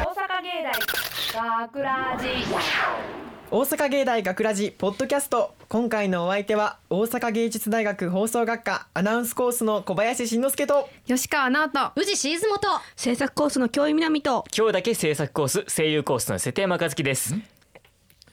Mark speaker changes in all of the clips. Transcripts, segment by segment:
Speaker 1: 大学ラジ
Speaker 2: 大阪芸大学ラジポッドキャスト今回のお相手は大阪芸術大学放送学科アナウンスコースの小林慎之介と
Speaker 3: 吉川直人
Speaker 4: 宇治シーズモと
Speaker 5: 制作コースの教員南と
Speaker 6: 今日だけ制作コース声優コースの瀬戸山和樹です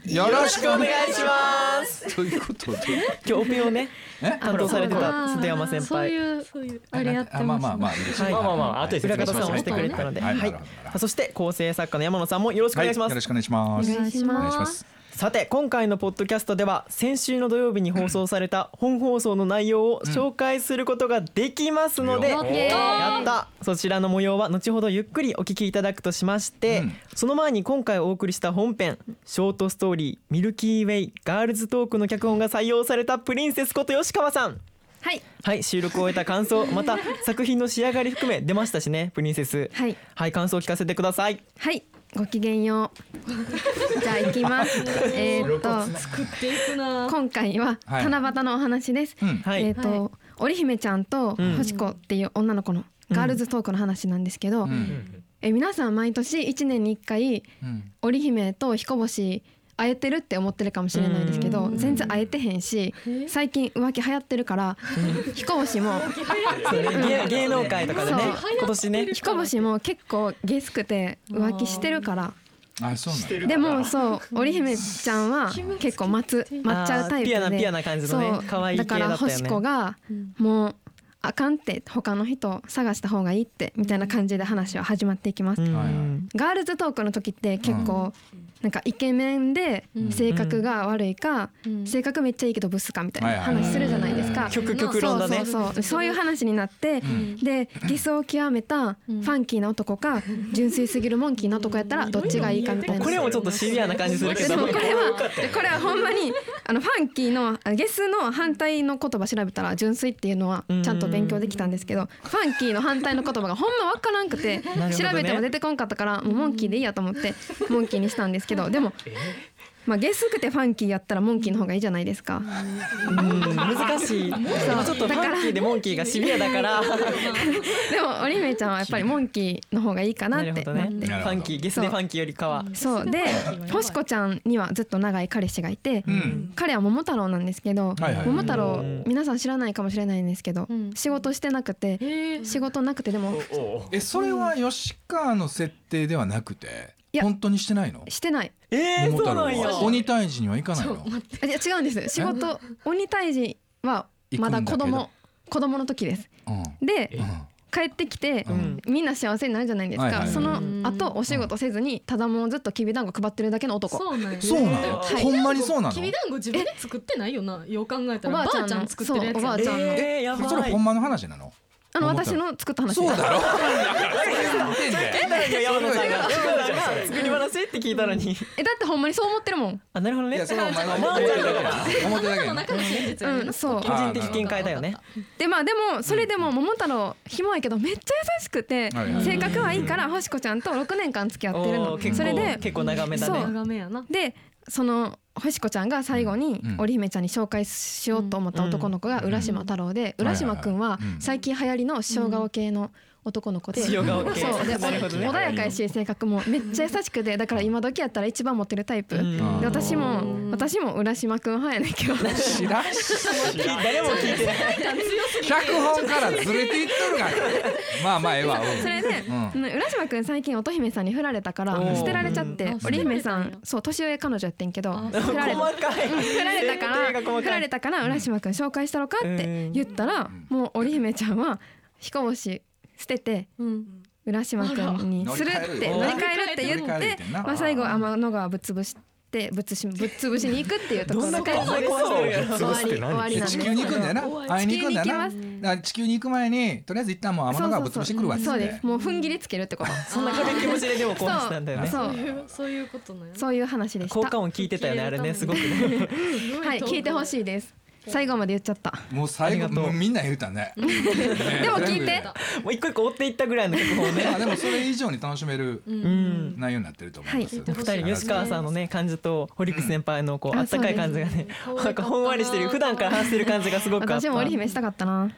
Speaker 2: よろしくお願いします
Speaker 7: ということで
Speaker 2: 今日オペをね
Speaker 7: え
Speaker 2: 担当されてた瀬戸山先
Speaker 3: そう
Speaker 2: 輩
Speaker 3: いうそういうあれやってました、ね、
Speaker 7: まあまあまあ嬉しい
Speaker 2: はい
Speaker 6: まあまあまあ後で
Speaker 2: 裏
Speaker 6: 説明
Speaker 2: 方
Speaker 6: し
Speaker 2: さんを
Speaker 6: ましょう
Speaker 2: してくれてたので、は
Speaker 7: はいい
Speaker 2: さあそして構成作家の山野さんもよろしくお
Speaker 7: はい
Speaker 2: 願い
Speaker 7: よ
Speaker 2: します、
Speaker 7: ろしくお願いします
Speaker 3: お願いします
Speaker 7: お願いし
Speaker 2: さて今回のポッドキャストでは先週の土曜日に放送された 本放送の内容を紹介することができますので、
Speaker 7: うん
Speaker 3: オッケー
Speaker 2: やったそちらの模様は後ほどゆっくりお聞きいただくとしまして、
Speaker 7: うん
Speaker 2: その前に今回お送りした本編ショートストーリー「ミルキーウェイガールズトーク」の脚本が採用されたプリンセスこと吉川さん
Speaker 3: はい
Speaker 2: はい収録を終えた感 想また作品の仕上がり含め出ましたしねプリンセス
Speaker 3: はい
Speaker 2: はい感想を聞かせてください
Speaker 3: はいごきげんよう じゃあ行きます えーっと
Speaker 5: 食っていくな
Speaker 3: 今回は
Speaker 7: はい
Speaker 3: 七夕のお話です、
Speaker 7: うん
Speaker 2: はい、
Speaker 3: えーっと、織姫ちゃんと
Speaker 2: うん
Speaker 3: 星子っていう女の子のガールズトークの話なんですけど、
Speaker 7: うん
Speaker 3: え皆さん毎年1年に1回
Speaker 7: うん
Speaker 3: 織姫と彦星会えてるって思ってるかもしれないですけど
Speaker 2: うん
Speaker 3: 全然会えてへんし
Speaker 5: え
Speaker 3: 最近浮気流行ってるから彦星も
Speaker 2: 芸芸能界とかでね
Speaker 3: そ
Speaker 2: 今年ね
Speaker 3: 彦星も結構ゲスくて浮気してるから
Speaker 7: あそうなんだ
Speaker 3: でもそう織姫ちゃんは結構待つ待っちゃうタイプで
Speaker 2: あーピアなピアな感じのね
Speaker 3: そう
Speaker 2: 可愛い系
Speaker 3: だか
Speaker 2: だ
Speaker 3: ら
Speaker 2: ったよね
Speaker 3: 星子がもうあかんって他の人探した方がいいってみたいな感じで話は始まっていきます、
Speaker 2: うん
Speaker 7: はいは
Speaker 3: ガールズトークの時って結構なんかイケメンで性格が悪いか、
Speaker 5: うん
Speaker 3: 性格めっちゃいいけどブスかみたいな
Speaker 7: はいはいはい
Speaker 3: 話するじゃないですか、
Speaker 2: 極極論だね
Speaker 3: そうそうそうそういう話になって、
Speaker 7: ん
Speaker 3: でゲスを極めたファンキーな男か、純粋すぎるモンキーな男やったらどっちがいいかみたいな。
Speaker 2: これもちょっとシビアな感じするけ
Speaker 3: で
Speaker 2: ど
Speaker 3: もこれはこれはほんまにあのファンキーのあゲスの反対の言葉調べたら純粋っていうのはちゃんと勉強できたんですけどファンキーの反対の言葉がほんまわからんくて
Speaker 2: ほどね
Speaker 3: 調べても出てこんかったからもうモンキーでいいやと思ってモンキーにしたんですけどでもまあゲスくてファンキーやったらモンキーの方がいいじゃな いですか。
Speaker 2: うん難しい今ちょっとファンキーでモンキーがシビアだから
Speaker 3: でも織姫ちゃんはやっぱりモンキーの方がいいかな
Speaker 2: な
Speaker 3: っ
Speaker 2: るほ
Speaker 3: て
Speaker 2: ど
Speaker 3: 思って、
Speaker 2: ね
Speaker 7: なる
Speaker 2: フ
Speaker 7: ほど
Speaker 2: ァンキーゲスでファンキーよりかは
Speaker 3: そうで星子ちゃんにはずっと長い彼氏がいて、
Speaker 7: うん
Speaker 3: 彼は桃太郎なんですけど、
Speaker 7: はいはい
Speaker 3: 桃太郎
Speaker 2: うん
Speaker 3: 皆さん知らないかもしれないんですけど、
Speaker 5: うん
Speaker 3: 仕事してなくて
Speaker 5: え
Speaker 3: 仕事なくてでも
Speaker 6: おおう
Speaker 7: えそれは吉川の設定ではなくて
Speaker 3: いや
Speaker 7: 本当にしてないの
Speaker 3: してない
Speaker 2: えー
Speaker 7: 桃
Speaker 2: そう
Speaker 7: 太郎
Speaker 2: なんや
Speaker 7: は鬼退治には行かないの
Speaker 3: あいや違うんです仕事鬼退治はまだ子
Speaker 7: 行くんだ
Speaker 3: 供子供の時です
Speaker 7: うん
Speaker 3: で
Speaker 7: うん
Speaker 3: 帰ってきて、
Speaker 2: うん
Speaker 3: みんな幸せになるじゃないですか、
Speaker 7: はいはいはい
Speaker 3: その後お仕事せずにただもうずっときびだんご配ってるだけの男
Speaker 5: そうなんや
Speaker 7: そうなの
Speaker 3: はい
Speaker 7: ほんまにそうなの
Speaker 5: きびだんご自分で作ってないよなよう考えたら
Speaker 3: おばあちゃんの
Speaker 5: ばあちゃん作ってるや
Speaker 3: そ
Speaker 5: つ
Speaker 3: うおばあ
Speaker 5: や
Speaker 3: ちゃんの
Speaker 2: えーやばい
Speaker 7: それほんまの話なの
Speaker 3: あの
Speaker 7: 桃太
Speaker 3: 私
Speaker 7: 郎
Speaker 3: の作った話
Speaker 7: そうだろだ からそれ言ってんだよ
Speaker 2: 誰が山野さんが山野さんが作り話って聞いたのに
Speaker 3: えだってほんまにそう思ってるもん
Speaker 2: あなるほどね
Speaker 7: いやそれはお前が
Speaker 2: あまあ
Speaker 7: 表だけや表だけ
Speaker 5: の
Speaker 7: や
Speaker 5: 中の現実やね
Speaker 3: うんそう
Speaker 2: 個人的見解だよね
Speaker 3: でまあでもそれでも桃太郎ひもやけどめっちゃ優しくて
Speaker 7: はいはい
Speaker 3: 性格はいいから星子ちゃんと6年間付き合ってる
Speaker 2: おー
Speaker 3: の
Speaker 2: 結構
Speaker 3: それで
Speaker 2: 結構長めだ
Speaker 3: そう
Speaker 2: ね
Speaker 5: 長めやな
Speaker 3: でその星子ちゃんが最後に
Speaker 7: うん
Speaker 3: 織姫ちゃんに紹介しようと思った男の子が浦島太郎で
Speaker 7: うん
Speaker 3: 浦島くんは
Speaker 7: はいはいはいうん
Speaker 3: 最近流行りの塩顔系の男の子で。
Speaker 2: 塩顔系
Speaker 3: そうで
Speaker 2: なるほどね
Speaker 3: 穏やかやし性格もめっちゃ優しくてだから今時やったら一番モテるタイプ
Speaker 2: うん
Speaker 3: で私も私も浦島くん派やねん けど
Speaker 7: 知らん
Speaker 2: 誰も聞いてない
Speaker 7: 脚本からずれていっ とるがなまあまあええわうん
Speaker 3: それで、
Speaker 7: う
Speaker 3: 浦島くん最近乙姫さんに振られたから
Speaker 2: おー
Speaker 3: 捨てられちゃって
Speaker 5: うん
Speaker 3: 織姫さ
Speaker 5: あ捨てられたん
Speaker 3: ん
Speaker 5: や
Speaker 3: そう年上彼女やってんけど
Speaker 5: あ
Speaker 3: 振ら れ
Speaker 2: 細
Speaker 3: た
Speaker 2: かい
Speaker 3: 振られたか
Speaker 2: 前提が
Speaker 3: ら
Speaker 2: 細
Speaker 3: 振
Speaker 2: から
Speaker 3: れ
Speaker 2: い
Speaker 3: たから浦島くん紹介したろかって言ったらもう織姫ちゃんは彦星捨てて
Speaker 5: うん
Speaker 3: 浦島くんにするって乗
Speaker 2: 乗
Speaker 3: り
Speaker 2: り
Speaker 3: 換えるって
Speaker 7: 乗
Speaker 3: 言っ
Speaker 7: り換え
Speaker 3: て
Speaker 7: るってな
Speaker 3: まあ最後天の川ぶっ潰してぶっつしぶっ潰しに行くっていうとこ
Speaker 2: ど
Speaker 3: ろ
Speaker 2: んな
Speaker 3: が
Speaker 2: 顔で壊してるやろ
Speaker 3: 終わり終わりなんです
Speaker 7: 地
Speaker 3: け
Speaker 7: 球
Speaker 3: ど
Speaker 7: に行くんだよな会いに行くんだよな
Speaker 3: 地球
Speaker 7: だから地球に行く前にとりあえず一旦もう天の川ぶっ潰してくるわっつ
Speaker 3: そ
Speaker 7: っ
Speaker 3: うで
Speaker 7: て
Speaker 3: すもう踏ん切りつけるってこと
Speaker 2: そんな軽い気持ちででも壊してたんだよね
Speaker 3: そう
Speaker 5: そういうそういうことなんやな
Speaker 3: そういう話でした
Speaker 2: 効果音聞いてたよねあれねすごくね
Speaker 5: すご
Speaker 3: はい、聞いてほ
Speaker 5: い
Speaker 3: しいです。最後まで言っちゃった。
Speaker 7: もう最
Speaker 2: あり
Speaker 7: 後
Speaker 2: がとう
Speaker 7: もうみんな言うたね。ね
Speaker 3: でも聞いて
Speaker 7: 全部言うた
Speaker 2: もう一個一個追っていったぐらいの脚本ね
Speaker 7: まあでもそれ以上に楽しめる
Speaker 5: う
Speaker 2: うんん
Speaker 7: 内容になってると思います。
Speaker 5: はい
Speaker 2: お二人吉川さんのね感じと堀口先輩のこう
Speaker 3: うん
Speaker 2: あったかい感じがね
Speaker 5: あそうです
Speaker 2: なんかほんわりしてる普段から話してる感じがすごくあった
Speaker 3: 私も織姫したかったな。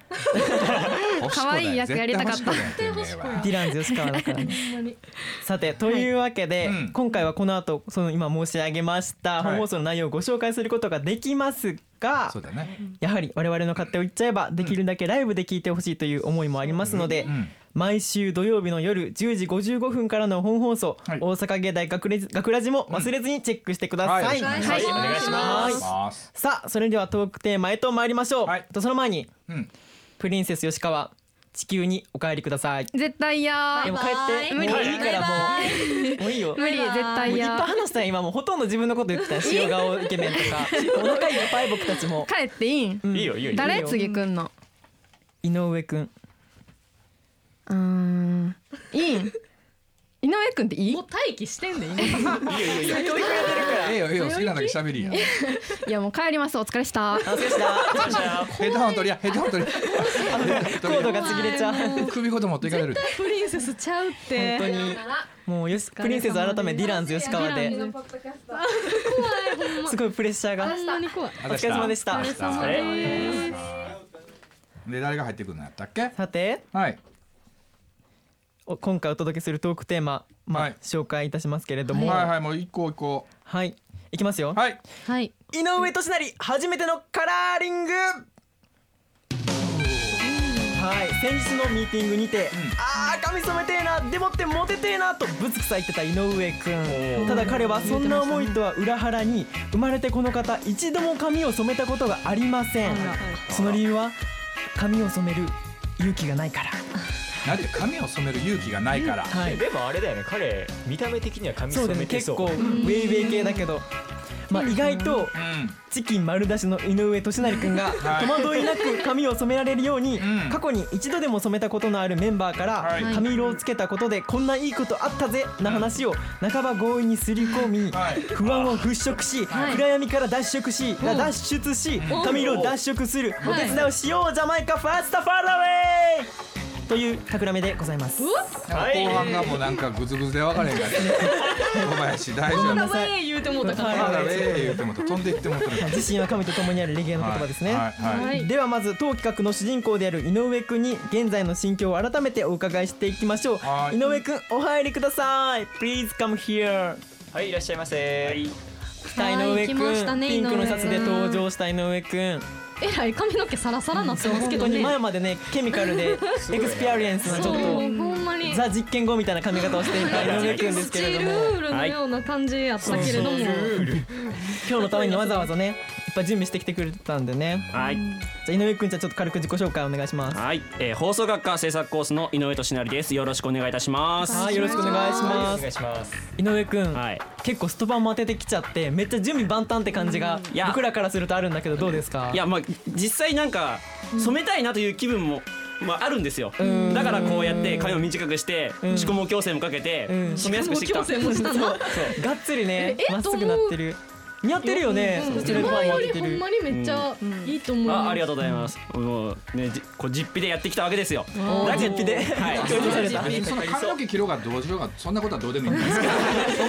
Speaker 3: 可愛い役やりたかった
Speaker 7: 絶対欲しくない
Speaker 2: ディランズ吉川だからね
Speaker 5: ほんまに
Speaker 2: さてというわけで、
Speaker 7: はいうん
Speaker 2: 今回はこの後その今申し上げました、
Speaker 7: はい
Speaker 2: 本放送の内容をご紹介することができますが
Speaker 7: そうだね。
Speaker 2: やはり我々の勝手を言っちゃえばできるだけライブで聞いてほしいという思いもありますので、
Speaker 7: うん
Speaker 2: 毎週土曜日の夜10時55分からの本放送、
Speaker 7: はい
Speaker 2: 大阪芸大学レ学ラジも忘れずにチェックしてください。
Speaker 7: はいよろしく
Speaker 6: はいお
Speaker 5: はい
Speaker 6: 願いしま
Speaker 7: お願い
Speaker 6: す
Speaker 7: します。
Speaker 2: さあそれではトークテーマへと参りましょう、
Speaker 7: はい
Speaker 2: とその前に
Speaker 7: うん。
Speaker 2: プリンセス吉川地球にお帰りください
Speaker 3: 絶対や
Speaker 2: で
Speaker 3: ー
Speaker 2: も帰ってもう
Speaker 6: バ
Speaker 2: いい
Speaker 6: イバイ
Speaker 2: からもうもういいよ
Speaker 3: 無理絶対
Speaker 2: いっぱい
Speaker 3: や
Speaker 2: 話したよ今もうほとんど自分のこと言ってたよ塩顔イケメンとかお腹いっぱい僕たちも
Speaker 3: ー。帰っていいん。
Speaker 2: うん
Speaker 6: いいよいいよいいよ
Speaker 3: 誰
Speaker 2: よ
Speaker 3: 次くんの。
Speaker 2: 井上くん
Speaker 3: うーん。いいん。井上くんっていい
Speaker 5: もう。待機してんで今
Speaker 7: ええよええよ好きなだけ喋りや。
Speaker 3: いやもう帰りますお疲れした。
Speaker 2: あそうでした
Speaker 7: ヘッドホン取りやヘッドホン取りや。
Speaker 2: コードがちぎれちゃう
Speaker 7: 首ごと持っていかれる。
Speaker 5: プリンセスちゃうっ
Speaker 2: 本
Speaker 5: て
Speaker 2: 当にもうよしプリンセス改めディランズ吉川で
Speaker 5: ディラン
Speaker 1: ポッドキャスト
Speaker 2: すごいプレッシャーが
Speaker 5: ほんまに怖い
Speaker 2: お疲れ様でした
Speaker 6: あれ
Speaker 7: で誰が入ってくるのやったっけ？
Speaker 2: さて
Speaker 7: はい。
Speaker 2: お今回お届けするトークテーマまあ、
Speaker 7: はい
Speaker 2: 紹介いたしますけれども
Speaker 7: はい
Speaker 2: はい、
Speaker 7: はいもう一個一個。
Speaker 2: い、きますよ、
Speaker 7: はい。
Speaker 5: はい
Speaker 2: 井上俊成初めてのカラーリングはい先日のミーティングにて、ああ髪染めてえなでもってモテてえなとぶつくさ言ってた井上くんただ彼はそんな思いとは裏腹に生まれてこの方一度も髪を染めたことがありませんその理由は髪を染める勇気がないから
Speaker 7: なんて髪を染める勇気がないから。
Speaker 2: はい
Speaker 6: でもあれだよね彼見た目的には髪
Speaker 2: そうで
Speaker 6: 染
Speaker 2: す
Speaker 6: め
Speaker 2: ね
Speaker 6: て
Speaker 2: 結
Speaker 6: そう
Speaker 2: 構ウェイウェイ系だけどまあ意外と
Speaker 7: う
Speaker 2: チキン丸出しの井上俊成君が
Speaker 7: はい
Speaker 2: 戸惑いなく髪を染められるように
Speaker 7: うん
Speaker 2: 過去に一度でも染めたことのあるメンバーか
Speaker 7: はい
Speaker 2: ら髪色をつけたことでこんないいことあったぜな話を半ば強引にすり込み
Speaker 7: はい
Speaker 2: 不安を払拭し
Speaker 5: はい
Speaker 2: 暗闇から脱色し脱出し髪色を脱色するお手伝いをしようジャマイカファーストファラウェイという企めでございます。
Speaker 6: はい
Speaker 7: ん。後半がもうなんかグズグズで分かれへ んから。小林大丈
Speaker 5: ほ
Speaker 7: 夫。
Speaker 5: らウェイ言うてもうたから
Speaker 7: まだウェー言うても飛んでいっても取れた。
Speaker 2: 自信は神と共にあるレゲエの言葉ですね。
Speaker 7: はいはいはい
Speaker 5: はい
Speaker 2: ではまず当企画の主人公である井上くんに現在の心境を改めてお伺いしていきましょう
Speaker 7: はい
Speaker 2: 井上くんお入りください Please come here
Speaker 6: はいいらっしゃいませ
Speaker 2: さあ井上
Speaker 5: 来
Speaker 2: く
Speaker 5: ました
Speaker 2: ん、
Speaker 5: ね
Speaker 2: ピンクのシャツで
Speaker 5: 井上くん
Speaker 2: 登場した井上くん
Speaker 5: えらい髪の毛サラサラなってますけ
Speaker 2: 本
Speaker 5: ど
Speaker 2: 当に
Speaker 5: ね
Speaker 2: 前までねケミカル でエクスペリエンスのち
Speaker 5: そ
Speaker 2: ょ
Speaker 5: う
Speaker 2: っ
Speaker 5: ほ
Speaker 2: と
Speaker 5: んまに
Speaker 2: ザ実験後みたいな髪型をしていた井上くんです
Speaker 5: スチ
Speaker 2: けれど
Speaker 5: ー ル
Speaker 2: も
Speaker 5: ウールのような感じやったけれども
Speaker 2: 今日のためにわざわざねいっぱい準備してきてくれてたんでね
Speaker 4: はい、
Speaker 2: じゃあ井上くんじゃあちょっと軽く自己紹介お願いします
Speaker 4: はい、えー放送学科制作コースの井上俊成です。よろしくお願いいたします。
Speaker 2: はいよろしくお願いし
Speaker 6: お
Speaker 2: ま
Speaker 6: 願
Speaker 2: す
Speaker 6: いします
Speaker 2: 井上くん、
Speaker 4: はい、
Speaker 2: 結構ストパンも当ててきちゃってめっちゃ準備万端って感じが
Speaker 4: いや
Speaker 2: 僕らからするとあるんだけどどうですか
Speaker 4: いや、まあ、実際なんか染めたいなという気分も。まあ、あるんですよ
Speaker 2: ん
Speaker 4: だからこうやって髪を短くして
Speaker 2: ん
Speaker 4: 宿毛矯正もかけて
Speaker 2: うん
Speaker 4: 染めやすくしてきた
Speaker 5: 矯正もしたな
Speaker 2: がっつりね
Speaker 5: え
Speaker 2: まっすぐなってる似合ってるよね
Speaker 5: うん
Speaker 2: ストレートパンも
Speaker 5: 前よ
Speaker 2: 当て
Speaker 5: り
Speaker 2: て
Speaker 5: ほん
Speaker 2: る
Speaker 5: まにめっちゃいいと思います
Speaker 4: あありがとうございますもうねじこう実費でやってきたわけですよ
Speaker 5: ー
Speaker 4: だけど
Speaker 2: 実費で
Speaker 4: はい
Speaker 2: 強調された
Speaker 7: その髪の毛切ろうがどうしようがそんなことはどうでもいいんですけど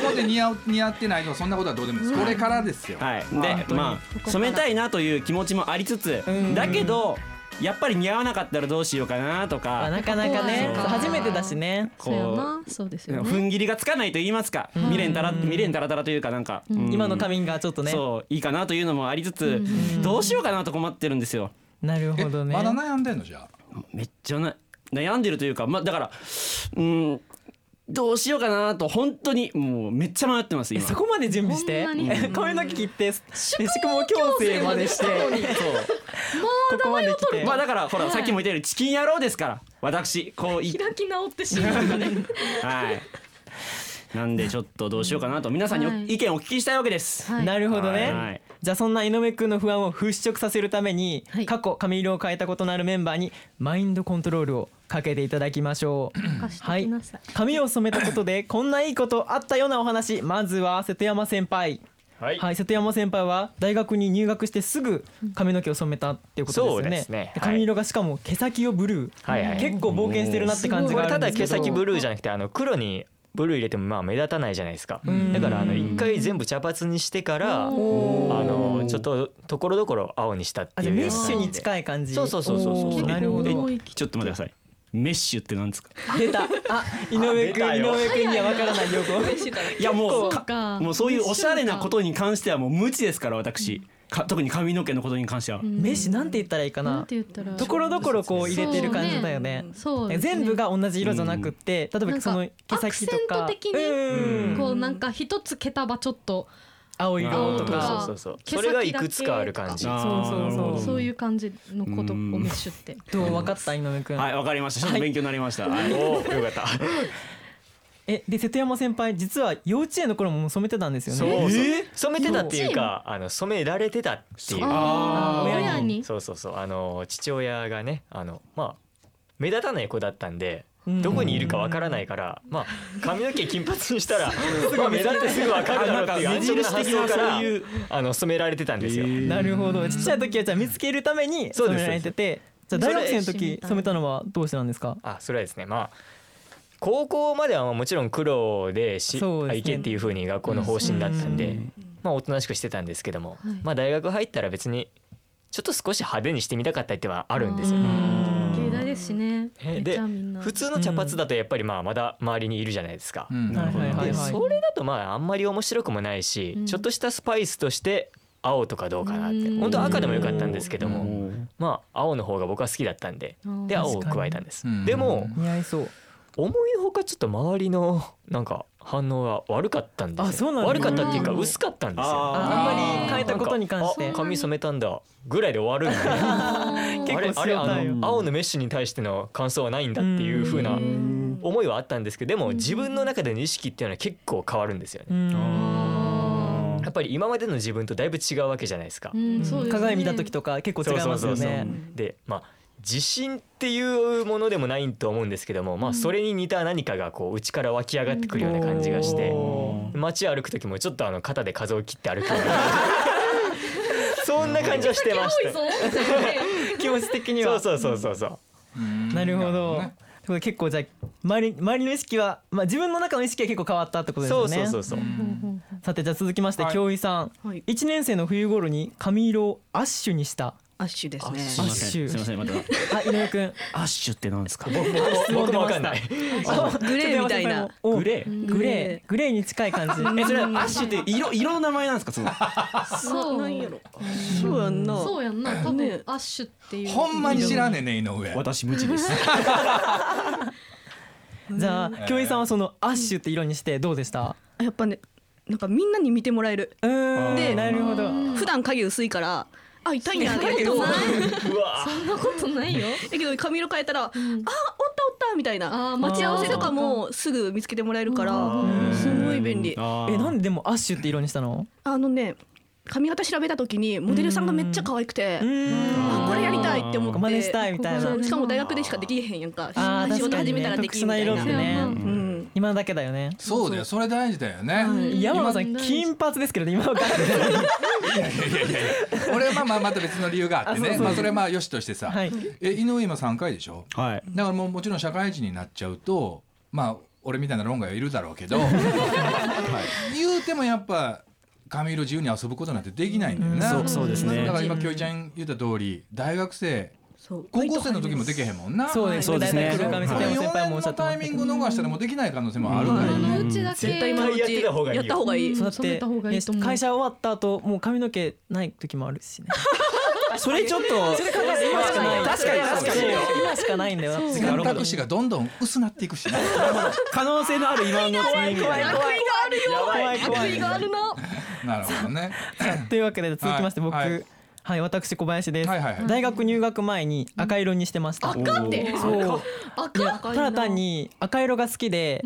Speaker 7: そこで似合う似合ってないとかそんなことはどうでもいいですこれからですよ
Speaker 4: はい、
Speaker 2: 本当
Speaker 4: で
Speaker 2: に
Speaker 4: まあ染めたいなという気持ちもありつつ
Speaker 2: うん
Speaker 4: だけどやっぱり似合わなかったらどうしようかなと
Speaker 2: あ
Speaker 4: か
Speaker 2: なかなかね
Speaker 5: そう
Speaker 2: 初めてだしね
Speaker 4: こ
Speaker 5: そうやなそうですよ
Speaker 4: 踏
Speaker 5: ね
Speaker 4: ん切りがつかないと言いますか未練たら未練たらたらというかなんか、うん
Speaker 2: 今の髪がちょっとね
Speaker 4: そういいかなというのもありつつ、どうしようかなと困ってるんですよ
Speaker 2: なる
Speaker 7: え
Speaker 2: ほどね
Speaker 7: まだ悩んでんのじゃ
Speaker 4: めっちゃな悩んでるというかまあだからうんどうしようかなと本当にもうめっちゃ迷ってます
Speaker 2: え
Speaker 4: 今
Speaker 2: そこまで準備して
Speaker 5: ほんま に
Speaker 2: 髪の毛切って宿毛矯正までしてここまで来て
Speaker 4: まあだからほらさっきも言ったようにチキン野郎ですから私こうい
Speaker 5: 開き直ってしまうね
Speaker 4: はいなんでちょっとどうしようかなと皆さんにお
Speaker 5: はい
Speaker 4: 意見をお聞きしたいわけです、
Speaker 5: はい
Speaker 2: なるほどね、
Speaker 4: はい
Speaker 2: じゃあそんな井上くんの不安を払拭させるために、
Speaker 5: はい
Speaker 2: 過去髪色を変えたことのあるメンバーにマインドコントロールをかけていただきましょう
Speaker 5: 貸して
Speaker 2: は
Speaker 5: き
Speaker 2: い
Speaker 5: なさい
Speaker 2: 髪を染めたことでこんないいことあったようなお話まずは瀬戸山先輩
Speaker 6: はい
Speaker 2: はい、瀬戸山先輩は大学に入学してすぐ髪の毛を染めたっていうことですよね
Speaker 6: そうですね
Speaker 2: で髪色がしかも毛先をブルー、
Speaker 6: はいはい
Speaker 2: 結構冒険してるなって感じ
Speaker 6: こ
Speaker 2: が
Speaker 6: れ
Speaker 2: ある
Speaker 6: た
Speaker 2: んで
Speaker 6: だ
Speaker 2: すけ
Speaker 6: 毛
Speaker 2: ど
Speaker 6: 先ブルーじゃなくてあの黒にブルー入れてもまあ目立たないじゃないですか
Speaker 2: うん
Speaker 6: だからあの一回全部茶髪にしてからあのちょっとところどころ青にしたって
Speaker 2: あ
Speaker 6: い
Speaker 2: じゃ
Speaker 6: う
Speaker 2: あメ
Speaker 6: よう
Speaker 2: ッ
Speaker 6: な
Speaker 2: シュに近い感じ
Speaker 6: そうそうそうそうそう
Speaker 2: おーなるほど
Speaker 5: 思い
Speaker 4: ちょっと待ってくださいメッシュってなんですか
Speaker 2: 出たあ井上くん
Speaker 6: あ
Speaker 2: 井
Speaker 6: 出たよ
Speaker 2: 上くんにはわからない用語
Speaker 4: いやもう
Speaker 5: そうか
Speaker 4: もうそういうおしゃれなことに関してはもう無知ですから私か特に髪の毛のことに関しては、
Speaker 2: メッシュなんて言ったらいいか
Speaker 5: なん
Speaker 2: な
Speaker 5: て言ったら
Speaker 2: ところどころこう入れてる感じだよね
Speaker 5: そうですね
Speaker 2: 全部が同じ色じゃなくって、例えばそ
Speaker 5: な
Speaker 2: の
Speaker 5: んか
Speaker 2: 毛先とか
Speaker 5: アクセント的に
Speaker 2: うん
Speaker 5: こうなんか一つ毛束ちょっと
Speaker 2: 青色
Speaker 5: 青
Speaker 2: と
Speaker 5: と
Speaker 2: か
Speaker 5: か
Speaker 6: そうそうそう
Speaker 5: 毛先だけ
Speaker 6: それがいくつかある感じ
Speaker 4: あー
Speaker 2: そうそうそう
Speaker 4: なるほど
Speaker 5: そういう感じのことをメッシュって
Speaker 2: どう分かった井上くん、
Speaker 4: はいわかりましたちょっと勉強になりました、はい
Speaker 6: おーよかった
Speaker 2: えで瀬戸山先輩実は幼稚園の頃ももう染めてたんですよね
Speaker 6: そうそう
Speaker 4: え
Speaker 6: 染めてたっていうかあの染められてたっていう
Speaker 5: あー
Speaker 2: 親に
Speaker 5: 親に
Speaker 6: そうそうそうあの父親がねあのまあ目立たない子だったんで
Speaker 2: うん
Speaker 6: どこにいるかわからないから、まあ髪の毛金髪にしたらまあ目立ってすぐわかるだろうっていう安直な発想からあの染められてたんですよ。
Speaker 2: なるほどちっちゃい時はじゃあ見つけるために
Speaker 6: そう
Speaker 2: 染
Speaker 6: です
Speaker 2: められててじゃあ大学生の時染めたのはどうしてなんですか
Speaker 6: あそれはですねまあ高校まではもちろん黒でし
Speaker 2: そうですね
Speaker 6: 行けっていう風に学校の方針だったんで、まあおとなしくしてたんですけども、
Speaker 5: はい
Speaker 6: まあ大学入ったら別にちょっと少し派手にしてみたかったってはあるんですよ。
Speaker 5: 芸大ですしね
Speaker 6: え
Speaker 5: めっ
Speaker 6: で
Speaker 5: ちゃみんな
Speaker 6: 普通の茶髪だとやっぱりまあまだ周りにいるじゃないですか。
Speaker 7: うん
Speaker 2: はいはいはい
Speaker 6: で
Speaker 2: はい
Speaker 6: それだとまああんまり面白くもないし、
Speaker 5: うん
Speaker 6: ちょっとしたスパイスとして青とかどうかなって
Speaker 5: うん
Speaker 6: 本当は赤でもよかったんですけど
Speaker 4: う
Speaker 6: も
Speaker 4: ん
Speaker 6: まあ青の方が僕は好きだったんで
Speaker 5: うん
Speaker 6: で青を加えたんです
Speaker 7: うん
Speaker 6: でも
Speaker 2: 似合いそう
Speaker 6: 思いのほかちょっと周りのなんか反応が悪かったんですよ
Speaker 2: あそうなんだ
Speaker 6: 悪かったっていうか薄かったんですよ
Speaker 2: あん
Speaker 4: あ
Speaker 2: まり変えたことに関し
Speaker 6: な
Speaker 2: て
Speaker 6: んかあ髪染めたんだぐらいで終わるんで
Speaker 2: 結
Speaker 6: あれ
Speaker 2: 構
Speaker 6: あ
Speaker 2: 塩対
Speaker 6: れあ
Speaker 2: 応
Speaker 6: の青のメッシュに対しての感想はないんだっていう風な思いはあったんですけどでも自分の中での意識っていうのは結構変わるんですよね
Speaker 2: う。ん
Speaker 6: やっぱり今までの自分とだいぶ違うわけじゃないですか。
Speaker 5: うんそうですね
Speaker 2: 鏡見た時とか結構違いますよね
Speaker 6: でまあ自信っていうものでもないと思うんですけども、まあ、それに似た何かがこう内から湧き上がってくるような感じがして街歩く時もちょっとあの肩で風を切って歩くようなそんな感じはしてました。
Speaker 2: 気持ち的に
Speaker 6: そう
Speaker 2: は
Speaker 6: そうそうそうそう
Speaker 7: うん
Speaker 2: なるほ
Speaker 7: う
Speaker 2: どと
Speaker 7: ん
Speaker 2: いうことで結構じゃあ周り周りの意識はまあ自分の中の意識は結構変わったってことです
Speaker 6: そ
Speaker 2: よ
Speaker 6: う
Speaker 2: ね
Speaker 6: そうそうそう
Speaker 2: さてじゃあ続きまして
Speaker 7: はい
Speaker 2: 京井さん
Speaker 8: はい
Speaker 2: 一年生の冬頃に髪色をアッシュにした
Speaker 8: アッシュですね
Speaker 4: すいませんすいませんまた
Speaker 2: あ井上くん
Speaker 4: アッシュってなんですか
Speaker 6: 僕も僕もわかんない
Speaker 8: グレーみたいな
Speaker 2: お
Speaker 4: グレー
Speaker 2: グレーグレーに近い感じ
Speaker 4: えそれはアッシュって色色の名前なんですかその
Speaker 5: そう
Speaker 8: なんやろそうやんな
Speaker 5: そうやんな多分
Speaker 8: ね
Speaker 5: アッシュっていう
Speaker 7: ほんまに知らんねんね井上。
Speaker 4: 私無知です
Speaker 2: じゃあ京井さんはそのアッシュって色にしてどうでした
Speaker 8: やっぱねなんかみんなに見てもらえる
Speaker 2: うーん
Speaker 8: で
Speaker 2: なるほど
Speaker 8: 普段影薄いからあ痛いんやだ けど
Speaker 5: そんな
Speaker 8: だ
Speaker 6: うわ
Speaker 5: そんなことな いよ
Speaker 8: けど髪色変えたらあおったおったみたい
Speaker 5: あー
Speaker 8: な
Speaker 5: 待
Speaker 8: 待
Speaker 5: ち
Speaker 8: ち
Speaker 5: 合
Speaker 8: 合
Speaker 5: わ
Speaker 8: わ
Speaker 5: せ
Speaker 8: せ
Speaker 5: と
Speaker 8: と
Speaker 5: か
Speaker 8: かもすぐ見つけてもらえるから
Speaker 7: ん
Speaker 8: すごい便利
Speaker 2: えなん
Speaker 4: で
Speaker 2: ででもアッシュって色にしたの
Speaker 8: あのね髪型調べた時にモデルさんがめっちゃ可愛くて
Speaker 2: うーん
Speaker 8: あこれやりたいって思って
Speaker 2: 真似したいみたいな
Speaker 8: そうしかも大学でしかできへんやんか
Speaker 2: あー
Speaker 8: 仕事
Speaker 2: 確かに
Speaker 8: 始めた
Speaker 2: ね
Speaker 8: らできん
Speaker 2: 特殊
Speaker 8: み
Speaker 2: な
Speaker 8: たい
Speaker 2: 色って
Speaker 8: な
Speaker 2: ね
Speaker 8: うん
Speaker 2: 今だけだよね
Speaker 7: そうだよそれ大事だよね。
Speaker 2: 山本さん
Speaker 5: 今
Speaker 2: 金髪ですけど今はガラス
Speaker 7: 俺はまあまあまた別の理由があってねまあそれはまあよしとしてさ、
Speaker 2: はい
Speaker 7: え井上今3回でしょ
Speaker 4: はい
Speaker 7: だからもうもちろん社会人になっちゃうとまあ俺みたいな論外はいるだろうけど、言うてもやっぱ髪色自由に遊ぶことなんてできないんだよね、
Speaker 4: そうそうですね
Speaker 7: だから今京井ちゃん言った通り大学生
Speaker 8: そう
Speaker 7: 高校生の時もできへんもんな
Speaker 2: そうですそうですね
Speaker 7: これ
Speaker 2: 黒髪瀬戸山先輩
Speaker 7: 4
Speaker 2: もお
Speaker 7: 年
Speaker 2: っしゃ
Speaker 7: の
Speaker 2: ってま
Speaker 7: タ
Speaker 2: した
Speaker 7: イミ
Speaker 2: け
Speaker 7: ン
Speaker 2: ど
Speaker 7: グ逃したらもうできない可能性もあるから、
Speaker 5: 今のうちだけ
Speaker 8: 絶対今のう
Speaker 6: やって
Speaker 8: ち
Speaker 6: た方がいい
Speaker 8: や
Speaker 6: よ
Speaker 8: った方がいい
Speaker 2: そうだっ
Speaker 5: 染め
Speaker 2: て
Speaker 5: た方がいいと思う
Speaker 2: ね会社終わった後もう髪の毛ない時もあるしね
Speaker 4: それちょっと
Speaker 2: 今しかない
Speaker 4: 確かに確かに
Speaker 2: 今しかないんだよ
Speaker 5: そう
Speaker 7: 選択肢がどんどん薄なっていく しね
Speaker 4: 可能性のある今の怖い怖い
Speaker 8: 悪意があるよ
Speaker 2: 怖い怖い
Speaker 8: 悪意があるな
Speaker 7: なるほどね
Speaker 2: というわけで続きまして僕
Speaker 7: はい
Speaker 2: は
Speaker 7: はいい、
Speaker 2: 私小林です、
Speaker 7: はいはいはい
Speaker 2: 大学入学前に赤色にしてました、
Speaker 4: 赤って
Speaker 2: そういや
Speaker 5: 赤
Speaker 2: ただ単に赤色が好きで、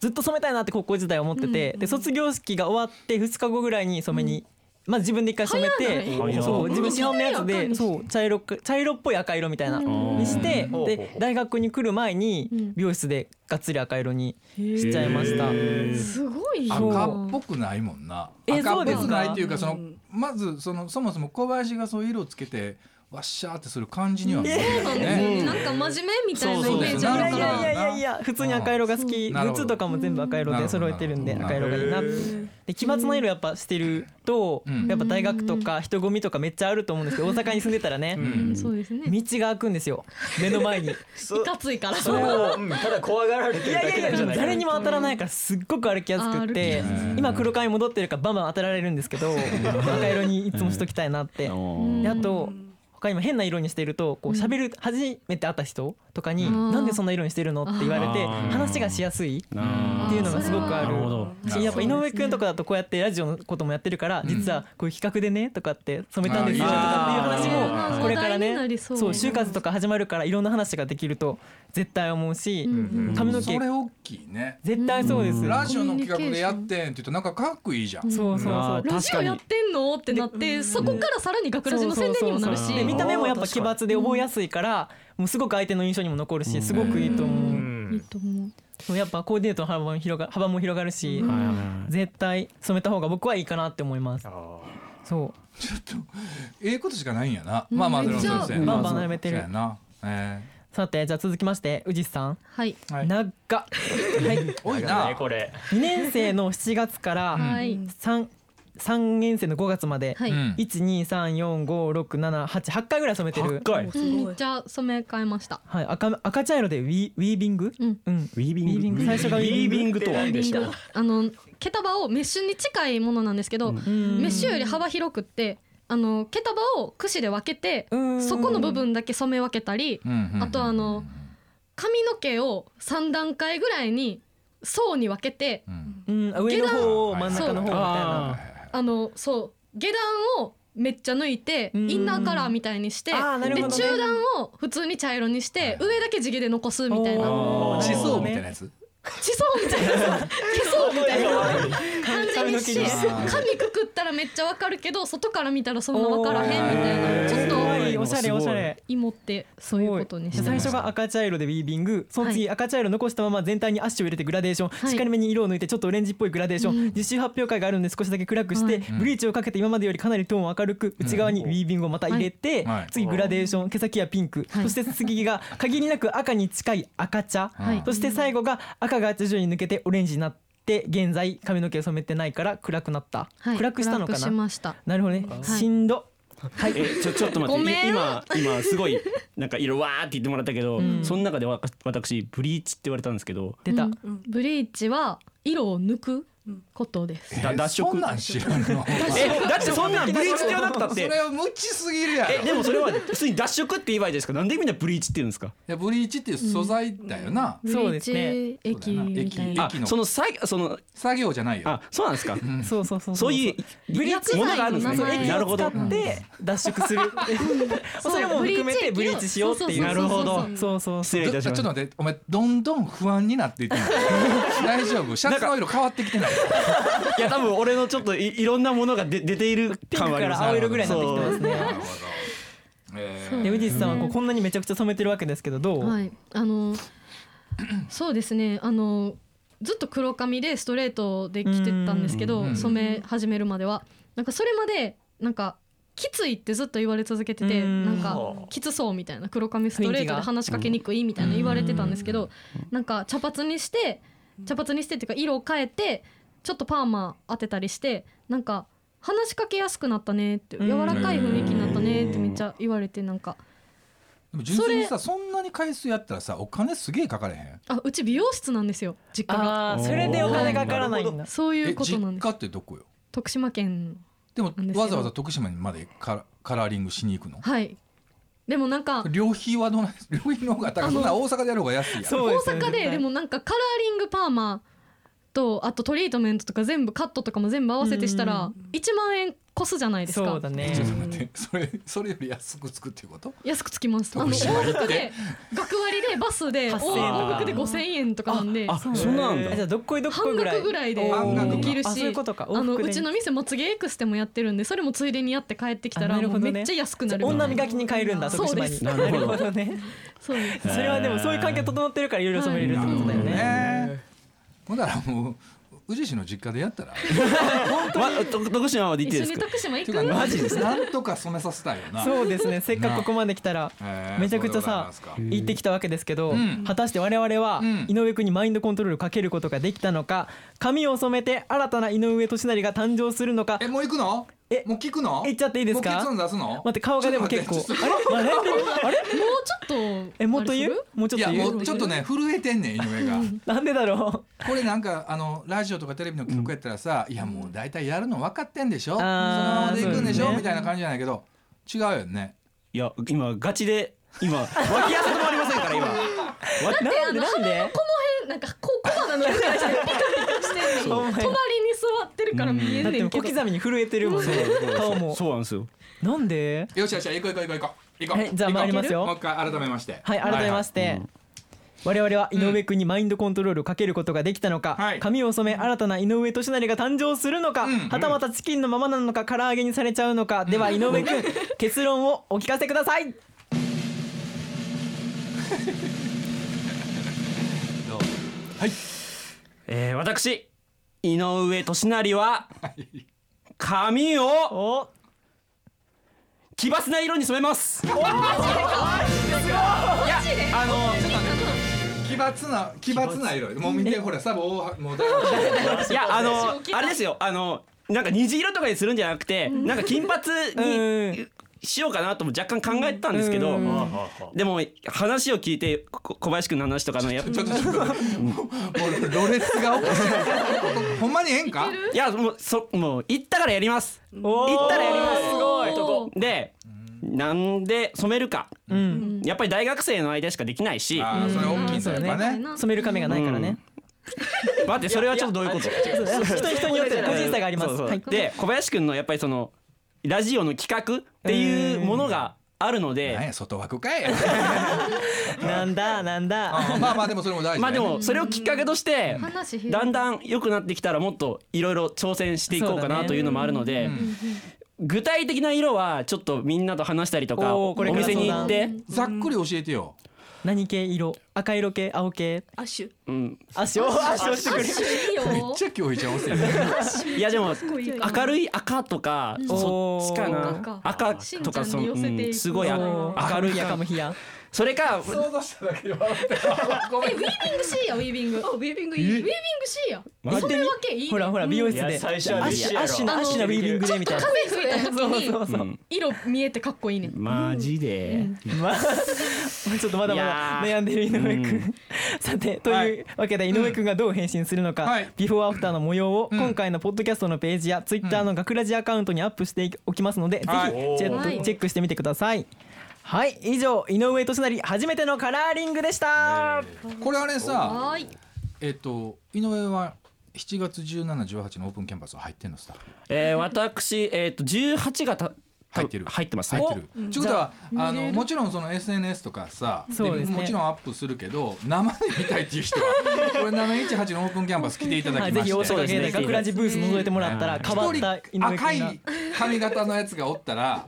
Speaker 2: ずっと染めたいなって高校時代思ってて、で卒業式が終わって2日後ぐらいに染めにまず自分で一回染め
Speaker 4: 早い
Speaker 2: て
Speaker 4: な
Speaker 2: そう自分市販のやつ
Speaker 5: 自分で赤
Speaker 2: で
Speaker 5: にして
Speaker 2: そう茶色く茶色っぽい赤色みたいな
Speaker 4: うん
Speaker 2: にして
Speaker 6: うん
Speaker 2: で大学に来る前に美容室でがっつり赤色にしちゃいました。
Speaker 5: すごいよ
Speaker 7: 赤っぽくないもんな
Speaker 2: え
Speaker 7: 赤
Speaker 2: そう
Speaker 7: っ
Speaker 2: で
Speaker 7: ぽ
Speaker 2: すか
Speaker 7: くないっていうかその
Speaker 8: うん
Speaker 7: まずそのそもそも小林がそういう色をつけてわっしゃーってする感じには見え
Speaker 5: そう
Speaker 7: な
Speaker 5: なん
Speaker 7: い
Speaker 5: です
Speaker 7: ね
Speaker 5: よねなんか真面目みたいなイメー
Speaker 2: い
Speaker 5: ジ
Speaker 7: そうそう
Speaker 5: あ
Speaker 2: や
Speaker 5: る
Speaker 2: いやい
Speaker 5: から
Speaker 2: やいやいや普通に赤色が好き
Speaker 7: なるほど
Speaker 2: 靴とかも全部赤色で揃えてるんで
Speaker 7: なる
Speaker 2: 赤
Speaker 7: ほ
Speaker 2: 色
Speaker 7: ど
Speaker 2: がいいなってで奇抜な色やっぱしてると
Speaker 7: うん
Speaker 2: やっぱ大学とか人混みとかめっちゃあると思うんですけど大阪に住んでたらね
Speaker 6: うん
Speaker 5: そうですね
Speaker 2: 道が開くんですよ目の前に
Speaker 6: そう
Speaker 5: いかついから
Speaker 6: それをうんただ怖がられて
Speaker 2: い
Speaker 6: るだ
Speaker 2: やい
Speaker 6: け
Speaker 2: や
Speaker 6: なん
Speaker 2: い
Speaker 6: じゃな
Speaker 2: や
Speaker 6: いかな
Speaker 2: 誰にも当たらないからすっごく歩きやすくって
Speaker 7: あ歩きやすい
Speaker 2: 今黒髪戻ってるからバンバン当たられるんですけど赤色にいつもしときたいなって
Speaker 4: うん
Speaker 2: であと他にも変な色にしてるとこう喋る初めて会った人とかに「なんでそんな色にしてるの?」って言われて
Speaker 4: あー
Speaker 2: 話がしやすい
Speaker 4: な
Speaker 2: っていうのがすごくあ
Speaker 4: な
Speaker 2: る
Speaker 4: るほど
Speaker 2: しやっぱ井上くんとかだとこうやってラジオのこともやってるから
Speaker 7: ん
Speaker 2: 実はこういう企画でねとかって染めたんですよ
Speaker 7: あ
Speaker 2: と
Speaker 7: ー
Speaker 2: かっていう
Speaker 4: あ
Speaker 2: 話
Speaker 4: ー
Speaker 2: もこれから
Speaker 5: 話題にな
Speaker 2: ね
Speaker 5: りそう
Speaker 2: そう就活とか始まるからいろんな話ができると絶対思うし
Speaker 6: うん
Speaker 2: 髪の
Speaker 7: そ
Speaker 2: 毛
Speaker 7: れ大きいね
Speaker 2: 絶対そうです
Speaker 7: ラジオの企画でやってんって言うとなんかかっこいいじゃん
Speaker 2: そうそうそう
Speaker 4: あー
Speaker 5: ラ
Speaker 4: 確
Speaker 5: ジ
Speaker 4: か
Speaker 5: オ
Speaker 4: に
Speaker 5: やってんのってなってそこからさらに学ラジの宣伝にもなる
Speaker 2: そうそうそうそ
Speaker 5: し
Speaker 2: うで見た目もやっぱ
Speaker 4: 確
Speaker 2: 奇
Speaker 4: かに
Speaker 2: 抜で覚えやすいからもうすごく相手の印象にも残るしすごくいいと
Speaker 6: う
Speaker 2: 思う。
Speaker 5: いい
Speaker 6: ん
Speaker 5: と思う
Speaker 2: そうやっぱコーディネートの幅も広が幅も広がるし
Speaker 4: はいはいはい
Speaker 2: 絶対染めた方が僕はいいかなって思います
Speaker 6: あ。ー
Speaker 2: そ
Speaker 7: ええことしかないんやなまあまあでもそうです
Speaker 2: う
Speaker 7: ね
Speaker 2: バンバン悩めて
Speaker 7: そう
Speaker 2: る
Speaker 7: や。なえ
Speaker 2: さてじゃあ続きまして宇治さん
Speaker 5: はい
Speaker 7: はい
Speaker 2: 長っはい2
Speaker 7: え多い
Speaker 6: なんか
Speaker 7: な
Speaker 6: ねこれ
Speaker 2: 年生の7月から
Speaker 5: はい
Speaker 2: 3三年生の5月まで
Speaker 5: はい
Speaker 7: うん
Speaker 2: 一二三四五六七八八回ぐらい染めてる
Speaker 4: 八回ウ
Speaker 5: うんめっちゃ染め替えました
Speaker 2: はい赤赤茶色でウィウィービング
Speaker 5: うん
Speaker 2: うん
Speaker 4: ィービ
Speaker 2: ウィービング最初がウィービング
Speaker 4: ウィービングとは
Speaker 6: なんでしょう
Speaker 5: あの毛束をメッシュに近いものなんですけど、メ
Speaker 2: ん
Speaker 5: ッシュより幅広くってあの毛束を櫛で分けて
Speaker 2: うん
Speaker 5: そこの部分だけ染め分けたり
Speaker 7: うんうん
Speaker 5: あとあの髪の毛を3段階ぐらいに層に分けて
Speaker 7: うん
Speaker 2: うんあ上の方を真ん中の方みたいな
Speaker 4: あ
Speaker 5: あのそう下段をめっちゃ抜いて
Speaker 2: うん
Speaker 5: インナーカラーみたいにしてで
Speaker 2: あーなるほどね
Speaker 5: 中段を普通に茶色にして上だけ地毛で残すみたいな
Speaker 2: おー
Speaker 7: 地層みたいなやつ
Speaker 5: 地層みたいな地層みたいな感じにして
Speaker 7: 髪の毛に
Speaker 5: 髪くくったらめっちゃわかるけど外から見たらそんなわからへんみたい
Speaker 7: おー
Speaker 5: なちょっ
Speaker 2: すご
Speaker 5: と
Speaker 2: いおしゃれおしゃれ
Speaker 5: 芋ってそういうことにし
Speaker 2: す
Speaker 5: て
Speaker 2: ごい
Speaker 5: ま
Speaker 2: 最
Speaker 5: し
Speaker 2: 初が赤茶色でウィービングその次赤茶色残したまま全体にアッシュを入れてグラデーション、
Speaker 5: はい
Speaker 2: しっかりめに色を抜いてちょっとオレンジっぽいグラデーション、実習発表会があるんで少しだけ暗くして、
Speaker 7: ん
Speaker 2: ブリーチをかけて今までよりかなりトーンを明るく内側にウィービングをまた入れて、
Speaker 7: はい
Speaker 2: 次グラデーション毛先はピンク、
Speaker 5: はい
Speaker 2: そして次が限りなく赤に近い赤茶、
Speaker 5: はい
Speaker 2: そして最後が赤が徐々に抜けてオレンジになって現在髪の毛を染めてないから暗くなった、
Speaker 5: たはい
Speaker 2: 暗くしたのか
Speaker 5: 暗くし
Speaker 2: な
Speaker 5: ました
Speaker 2: なるほどね、
Speaker 5: い
Speaker 2: しんど
Speaker 4: はい、えちょちょっと待っ
Speaker 5: ご
Speaker 4: て
Speaker 5: めん
Speaker 4: い今今すごいなんか色わーって言ってもらったけど、
Speaker 2: ん
Speaker 4: その中でわ私ブリーチって言われたんですけど
Speaker 2: 出た、
Speaker 5: うんブリーチは色を抜くことです
Speaker 7: え
Speaker 4: だ脱色
Speaker 7: そんなん知らんの
Speaker 4: えだってそんなんブリーチって言わなくたっ
Speaker 7: そ
Speaker 4: て
Speaker 7: れは無知すぎるやろ
Speaker 4: えでもそれは普通に脱色って言えばいいじゃないですかなんでみんなブリーチって言うんですか
Speaker 7: いやブリーチっていう素材だよな、
Speaker 5: ブリ
Speaker 2: そうで
Speaker 5: ー
Speaker 2: すね
Speaker 5: チ液みたいな
Speaker 4: あ
Speaker 7: 駅の
Speaker 4: そのさいその
Speaker 7: 作業じゃないよ
Speaker 4: あそうなんですか
Speaker 2: そうそうそう
Speaker 4: そういう
Speaker 2: ブリーチ
Speaker 4: ものがあるんです
Speaker 5: 薬剤の名
Speaker 4: ね
Speaker 5: 前
Speaker 4: なるほど
Speaker 2: 使って脱色す る。それも含めてブリーチしようっていう。
Speaker 5: そうそうそうそうなるほど
Speaker 2: そうそう
Speaker 4: 失
Speaker 2: そう。
Speaker 4: 礼いたし
Speaker 7: ちょ
Speaker 4: ました
Speaker 7: っと待ってお前どんどん不安になっていってんの大丈夫シャツの色変わってきてない
Speaker 4: いや多分俺のちょっといいろんなものが出出ている
Speaker 2: ピン
Speaker 4: 感
Speaker 2: ク
Speaker 4: はあ
Speaker 2: か
Speaker 4: ります
Speaker 2: ら青色ぐらいになってきてますね。
Speaker 7: なるほどえ
Speaker 2: で、ウジさんはこ
Speaker 5: う
Speaker 2: うんこんなにめちゃくちゃ染めてるわけですけど、どう？
Speaker 5: はい、あのそうですねあのずっと黒髪でストレートで来てたんですけ
Speaker 7: うんうんう
Speaker 5: ど
Speaker 7: ん
Speaker 5: 染め始めるまではなんかそれまでなんかきついってずっと言われ続けてて
Speaker 2: うん
Speaker 5: なんかきつそうみたいな黒髪ストレ
Speaker 2: 雰囲
Speaker 5: ー
Speaker 2: 気
Speaker 5: ト
Speaker 2: が
Speaker 5: で話しかけにくいみたいな言われてたんですけどなんか茶髪にして茶髪にしてっていうか色を変えてちょっとパーマ当てたりしてなんか話しかけやすくなったねって
Speaker 2: うん
Speaker 5: 柔らかい雰囲気になったねってめっちゃ言われてなんか
Speaker 7: でも純粋にさそんなに回数やったらさお金すげえかかれへん
Speaker 5: あうち美容室なんですよ実家が。
Speaker 2: ああ、それでお金かからないんだ。
Speaker 5: そういうことなん
Speaker 7: 実
Speaker 5: です。
Speaker 7: 家ってどこよ
Speaker 5: 徳島県。
Speaker 7: でも
Speaker 5: なんですけど
Speaker 7: わざわざ徳島にまでカラカラーリングしに行くの
Speaker 5: はい。でもなんか
Speaker 7: 旅費はどない 旅費の方が高いそんな大阪でやる方が安いやん
Speaker 2: そう
Speaker 5: 大
Speaker 2: ですよ
Speaker 5: 阪ででもなんかカラーリングパーマとあとトリートメントとか全部カットとかも全部合わせてしたら1万円越すじゃないです
Speaker 2: そう
Speaker 5: か
Speaker 2: だね
Speaker 7: ちょっと待ってそれそれより安くつくっていうこと
Speaker 5: 安くつきますあの
Speaker 7: 徳島
Speaker 5: 往復で学割でバスで往
Speaker 4: 8000円
Speaker 5: 往復で5000円とかなんで
Speaker 4: あそんなんだ
Speaker 2: えーじゃあどっこいどっこいぐらい
Speaker 5: 半額ぐらいで
Speaker 7: でき
Speaker 5: るし
Speaker 2: あそういうことか
Speaker 5: あの
Speaker 2: 往復で
Speaker 5: うちの店もつげエクステもやってるんでそれもついでにやって帰ってきた
Speaker 2: あ
Speaker 5: ら
Speaker 2: なる
Speaker 5: も
Speaker 2: ほ
Speaker 5: う
Speaker 2: どね
Speaker 5: めっちゃ安くなるみたいな
Speaker 2: 女磨きに変えるんだ徳島に
Speaker 5: そう
Speaker 4: ですなるほど
Speaker 2: ね
Speaker 5: そうです
Speaker 2: それはでもそういう環境整ってるからいろいろ染めれるってことだよね
Speaker 7: ねほんならもう宇治市の実家でや ったら
Speaker 4: わと徳島まで行っていい
Speaker 5: 一緒に
Speaker 4: ですか
Speaker 5: 徳島行
Speaker 7: て
Speaker 5: く
Speaker 7: か
Speaker 5: は
Speaker 7: マジですなんとか染めさせたいよな
Speaker 2: そうですねせっかくここまで来たら
Speaker 7: えー
Speaker 2: めちゃくちゃさ
Speaker 7: そうでございますか
Speaker 2: 行ってきたわけですけど、
Speaker 7: うん
Speaker 2: 果たして我々は
Speaker 7: うん
Speaker 2: 井上くんにマインドコントロールをかけることができたのか髪を染めて新たな井上俊成が誕生するのか
Speaker 7: えもう行くの
Speaker 2: え
Speaker 7: もう聞くの
Speaker 2: 行っちゃっていいですか
Speaker 7: もう結論出すの
Speaker 2: 待って顔がでも結構
Speaker 7: ちょっと
Speaker 2: あ
Speaker 7: 待
Speaker 2: れあれあれ
Speaker 5: もうちょっと
Speaker 2: えもっと言うもうちょ
Speaker 7: っ
Speaker 2: っと
Speaker 7: てい
Speaker 2: 言
Speaker 7: や
Speaker 2: う
Speaker 7: もうちょっとね震えてんねん井上が
Speaker 2: なんでだろ
Speaker 7: これなんかあのラジオとかテレビの曲やったらさ、いやもう大体やるの分かってんでしょそのま
Speaker 2: あ
Speaker 7: ま
Speaker 2: ー
Speaker 7: で行くんでしょ
Speaker 2: そうですね
Speaker 7: みたいな感じじゃないけど違うよね
Speaker 4: いや今ガチで今脇汗止まりませんから今わ
Speaker 2: うなんでなんで
Speaker 5: えなんかこう小鼻のやつがピカピカしてる
Speaker 2: お前
Speaker 5: 隣に座ってるから見え
Speaker 2: だっ
Speaker 5: ん
Speaker 2: て
Speaker 5: ねん
Speaker 2: もう
Speaker 5: け
Speaker 2: 小
Speaker 5: ど
Speaker 2: 刻みに震えてるもんね顔も
Speaker 4: そうなんですよ
Speaker 2: なんで
Speaker 7: よしよし行こう行こう行こう行こう行こう、
Speaker 2: はいじゃあ参りますよ
Speaker 7: もう一回改めまして
Speaker 2: はい改めまして、我々は井上くんにマインドコントロールをかけることができたのか、
Speaker 7: はい
Speaker 2: 髪を染め新たな井上俊成が誕生するのか、
Speaker 7: うん
Speaker 2: はたまたチキンのままなのか唐揚げにされちゃうのか、では井上くん結論をお聞かせください
Speaker 4: えー私井上俊成は髪を
Speaker 2: お
Speaker 4: 奇抜な色に染めますいやあの
Speaker 7: 奇抜な奇抜な色もう見てほらサボ大もう大発生
Speaker 4: いやあのあれですよあのなんか虹色とかにするんじゃなくてなんか金髪にしようかなとも若干考えてたんですけど
Speaker 2: うん
Speaker 4: でも話を聞いてこ小林君の話とかのやっぱ
Speaker 7: ちょっとちょっともうもうロレスがおかしいほんまにええんか
Speaker 4: いやもうそもう行ったからやります
Speaker 2: お
Speaker 4: 行ったらやります
Speaker 2: すごい
Speaker 5: おー
Speaker 4: でなんで染めるか
Speaker 2: うん
Speaker 4: やっぱり大学生の間しかできないし
Speaker 7: ああそれ大きいんだやっぱね
Speaker 2: 染める髪がないからね、
Speaker 4: 待ってそれはちょっとどういうこと
Speaker 2: そう人人によって個人差があります
Speaker 4: そうそう
Speaker 2: はい
Speaker 4: で小林くんのやっぱりそのラジオの企画っていうものがあるの
Speaker 7: 何
Speaker 4: で
Speaker 7: や外枠かい
Speaker 2: なんだなんだ
Speaker 7: あまあまあでもそれも大事
Speaker 4: まあ
Speaker 7: だよ
Speaker 4: で
Speaker 7: ね
Speaker 4: もそれをきっかけとして
Speaker 5: 話広い
Speaker 4: だんだん良くなってきたらもっといろいろ挑戦していこうか
Speaker 2: そうだ
Speaker 4: な
Speaker 2: ね
Speaker 4: というのもあるので具体的な色はちょっとみんなと話したりとか
Speaker 2: お
Speaker 4: お
Speaker 2: ーこれから
Speaker 4: 店に行って
Speaker 7: ざっくり教えてよ
Speaker 2: 何系色赤色系青系
Speaker 8: アッシュ
Speaker 4: うん
Speaker 2: 足を足をしてくれる
Speaker 5: いいよ
Speaker 7: めっちゃ今日いちゃんおせえ
Speaker 4: いやでも明るい赤とかそっちか
Speaker 2: お
Speaker 4: な
Speaker 5: ー
Speaker 4: 赤
Speaker 5: しん
Speaker 4: と
Speaker 5: ちゃ
Speaker 4: か
Speaker 5: ん
Speaker 4: そ
Speaker 5: に
Speaker 4: の
Speaker 5: 寄せていく
Speaker 4: うんすごいあ
Speaker 2: おー
Speaker 4: 明るい
Speaker 2: 赤
Speaker 4: 赤
Speaker 2: も冷や
Speaker 4: それか
Speaker 7: 想像しただけで笑ってごめん
Speaker 5: ウィービングしいやウィービングウ
Speaker 8: あウェービングい
Speaker 5: ィービ
Speaker 8: い
Speaker 5: ングしいや
Speaker 2: やって
Speaker 5: 染め分けいいね
Speaker 2: ほらほら美容室
Speaker 6: い
Speaker 2: で
Speaker 6: や最初は
Speaker 2: アッ
Speaker 6: でいい
Speaker 2: シュ
Speaker 6: や
Speaker 2: ア
Speaker 6: ろ
Speaker 2: ッシュの
Speaker 5: あ
Speaker 2: ア
Speaker 5: の
Speaker 2: ッシュなウィービングでみたいな
Speaker 5: 風吹いた時に
Speaker 4: うん
Speaker 5: 色見えてかっこいいね
Speaker 4: マジで
Speaker 2: まあ、 ちょっとまだまだ
Speaker 4: いや
Speaker 2: 悩んでる井上くん、
Speaker 4: う
Speaker 2: さてというわけで井上くんがどう変身するのか、
Speaker 7: はい
Speaker 2: ビフォーアフターの模様を
Speaker 7: うん
Speaker 2: 今回のポッドキャストのページやツイッターの学ラジアカウントにアップしておきますので、
Speaker 7: はい
Speaker 2: ぜひチェッ
Speaker 5: は
Speaker 2: ク
Speaker 5: い
Speaker 2: チェックしてみてくださいはい以上井上俊成初めてのカラーリングでした、
Speaker 7: これあれさ
Speaker 5: はーい
Speaker 7: えっと井上は7月1718のオープンキャンパスは入ってんのさ
Speaker 4: えー私えっと18がた
Speaker 7: 入ってる
Speaker 4: 入ってます
Speaker 7: 入って
Speaker 4: お
Speaker 7: るってことはあのもちろんその SNS とかさ
Speaker 2: そうですね
Speaker 7: もちろんアップするけど生で見たいっていう 人はこれ718のオープンキャンパス来ていただ
Speaker 2: はい、
Speaker 7: き
Speaker 2: ぜ
Speaker 7: まし
Speaker 2: ひ
Speaker 7: て
Speaker 2: 大
Speaker 4: そう
Speaker 2: 阪
Speaker 4: ですね
Speaker 2: 芸大学ラジブース覗いてもらったら変わった
Speaker 7: 一
Speaker 2: 井
Speaker 7: 人
Speaker 2: 上くん
Speaker 7: 赤
Speaker 2: が
Speaker 7: い髪型のやつがおったら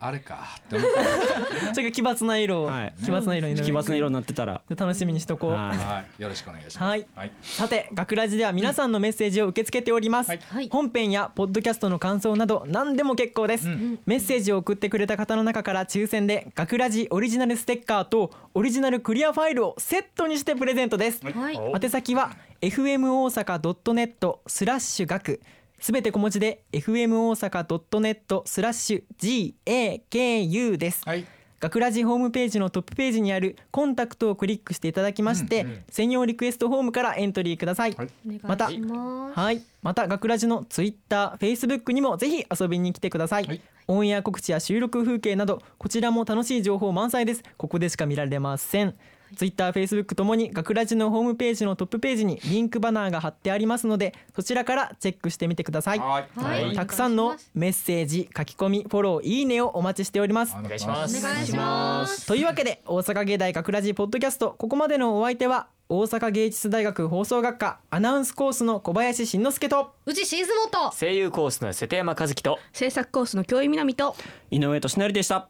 Speaker 7: あれかって思っ
Speaker 2: それが奇抜な色を、
Speaker 4: はい
Speaker 2: 奇抜な色井上くん
Speaker 4: 奇抜な色になってたら
Speaker 2: 楽しみにしとこう、
Speaker 4: はい
Speaker 7: た、はい、よろしくお願いします
Speaker 2: はい
Speaker 7: はい
Speaker 2: さて学ラジでは皆さんのメッセージを受け付けております、
Speaker 5: はい
Speaker 2: 本編やポッドキャストの感想など何でも結構です、
Speaker 7: うん
Speaker 2: メッセージを送ってくれた方の中から抽選で学ラジオリジナルステッカーとオリジナルクリアファイルをセットにしてプレゼントです、
Speaker 5: はい
Speaker 2: 宛先は fm 大阪 .net スラッシュ学すべて小文字で fm 大阪 .net スラッシュ GAKU です、
Speaker 7: はい
Speaker 2: 学ラジホームページのトップページにあるコンタクトをクリックしていただきまして、専用リクエストフォームからエントリーください、
Speaker 7: はい
Speaker 5: お願いし
Speaker 2: また
Speaker 5: ます
Speaker 2: はい、また学ラジのツイッター、フェイスブックにもぜひ遊びに来てください。
Speaker 7: はい
Speaker 2: オンエア告知や収録風景などこちらも楽しい情報満載です。ここでしか見られません。ツイッター、フェイスブックともに学ラジのホームページのトップページにリンクバナーが貼ってありますのでそちらからチェックしてみてください。
Speaker 9: はい
Speaker 7: はい
Speaker 2: たくさんのメッセージ書き込みフォローいいねをお待ちしております
Speaker 9: お
Speaker 6: お願いしま
Speaker 7: お
Speaker 6: す
Speaker 7: 願いします
Speaker 2: というわけで大阪芸大学ラジポッドキャストここまでのお相手は大阪芸術大学放送学科アナウンスコースの小林慎之介と
Speaker 7: うちシーズモト
Speaker 6: 声優コースの瀬戸山和樹と
Speaker 10: 制作コースの教員南と
Speaker 4: 井上俊成でした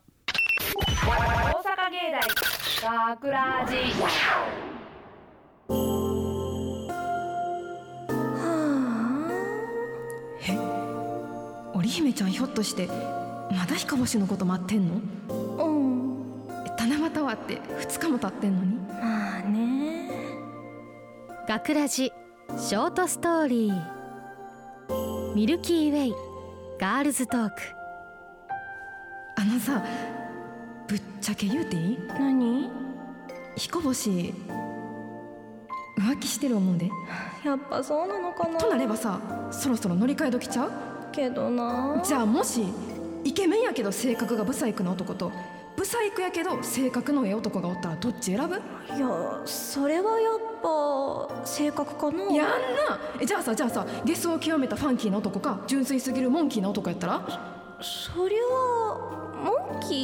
Speaker 1: 大阪芸大学ラジ
Speaker 3: 織姫ちゃんひょっとしてまだ彦星のこと待ってんの
Speaker 11: うん
Speaker 3: え七夕はあって2日も経ってんのに
Speaker 11: まあね
Speaker 5: 学ラジショートストーリーミルキーウェイガールズトーク
Speaker 3: あのさぶっちゃけ言うていい
Speaker 11: 何
Speaker 3: 彦星浮気してる思うで
Speaker 11: やっぱそうなのかな
Speaker 3: となればさそろそろ乗り換え時ちゃう
Speaker 11: けどな
Speaker 3: じゃあもしイケメンやけど性格がブサイクな男とブサイクやけど性格のええ男がおったらどっち選ぶ
Speaker 11: いやそれはやっぱ性格かな
Speaker 3: やんなえじゃあさじゃあさゲスを極めたファンキーな男か純粋すぎるモンキーな男やったら
Speaker 11: そりゃモンキ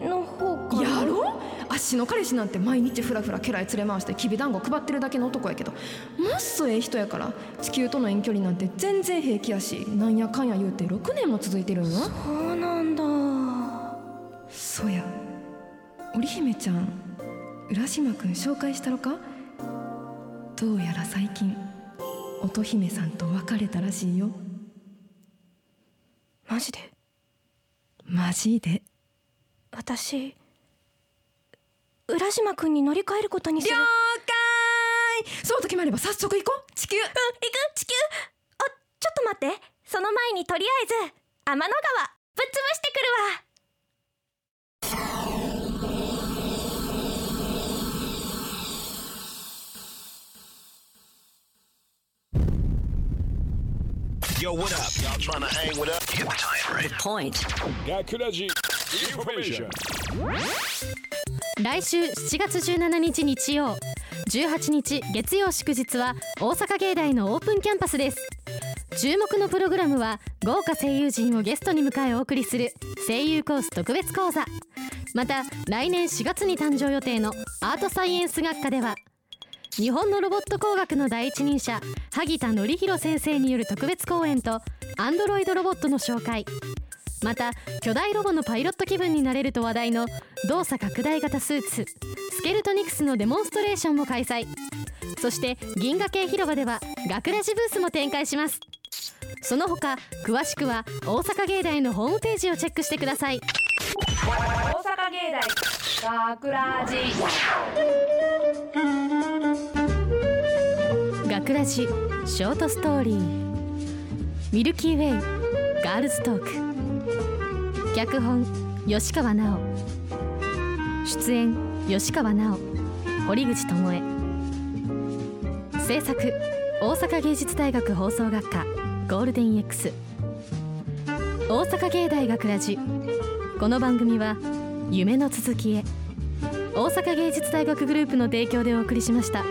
Speaker 11: ーの方かな
Speaker 3: やろあっしの彼氏なんて毎日フラフラ家来連れ回してきびだんご配ってるだけの男やけどもっそええ人やから地球との遠距離なんて全然平気やしなんやかんや言うて6年も続いてるんよ
Speaker 11: そうなんだ
Speaker 3: そうや織姫ちゃん浦島くん紹介したろかどうやら最近乙姫さんと別れたらしいよ
Speaker 11: マジで
Speaker 3: マジで
Speaker 11: 私浦島君に乗り換えることにするうん行
Speaker 3: そうと決まれば早速行こう地球
Speaker 11: く地球あちょっと待ってその前にとりあえず天の川ぶっ潰してくるわ
Speaker 5: 来週7月17日日曜18日月曜祝日は大阪芸大のオープンキャンパスです注目のプログラムは豪華声優陣をゲストに迎えお送りする声優コース特別講座また来年4月に誕生予定のアートサイエンス学科では日本のロボット工学の第一人者萩田紀弘先生による特別講演とアンドロイドロボットの紹介また巨大ロボのパイロット気分になれると話題の動作拡大型スーツスケルトニクスのデモンストレーションも開催そして銀河系広場では学ラジブースも展開しますその他詳しくは大阪芸大のホームページをチェックしてください
Speaker 1: 大阪芸大学ラジ
Speaker 5: 学ラジショートストーリーミルキーウェイガールズトーク脚本吉川直出演吉川直堀口智恵制作大阪芸術大学放送学科ゴールデン X 大阪芸大学ラジこの番組は夢の続きへ大阪芸術大学グループの提供でお送りしました。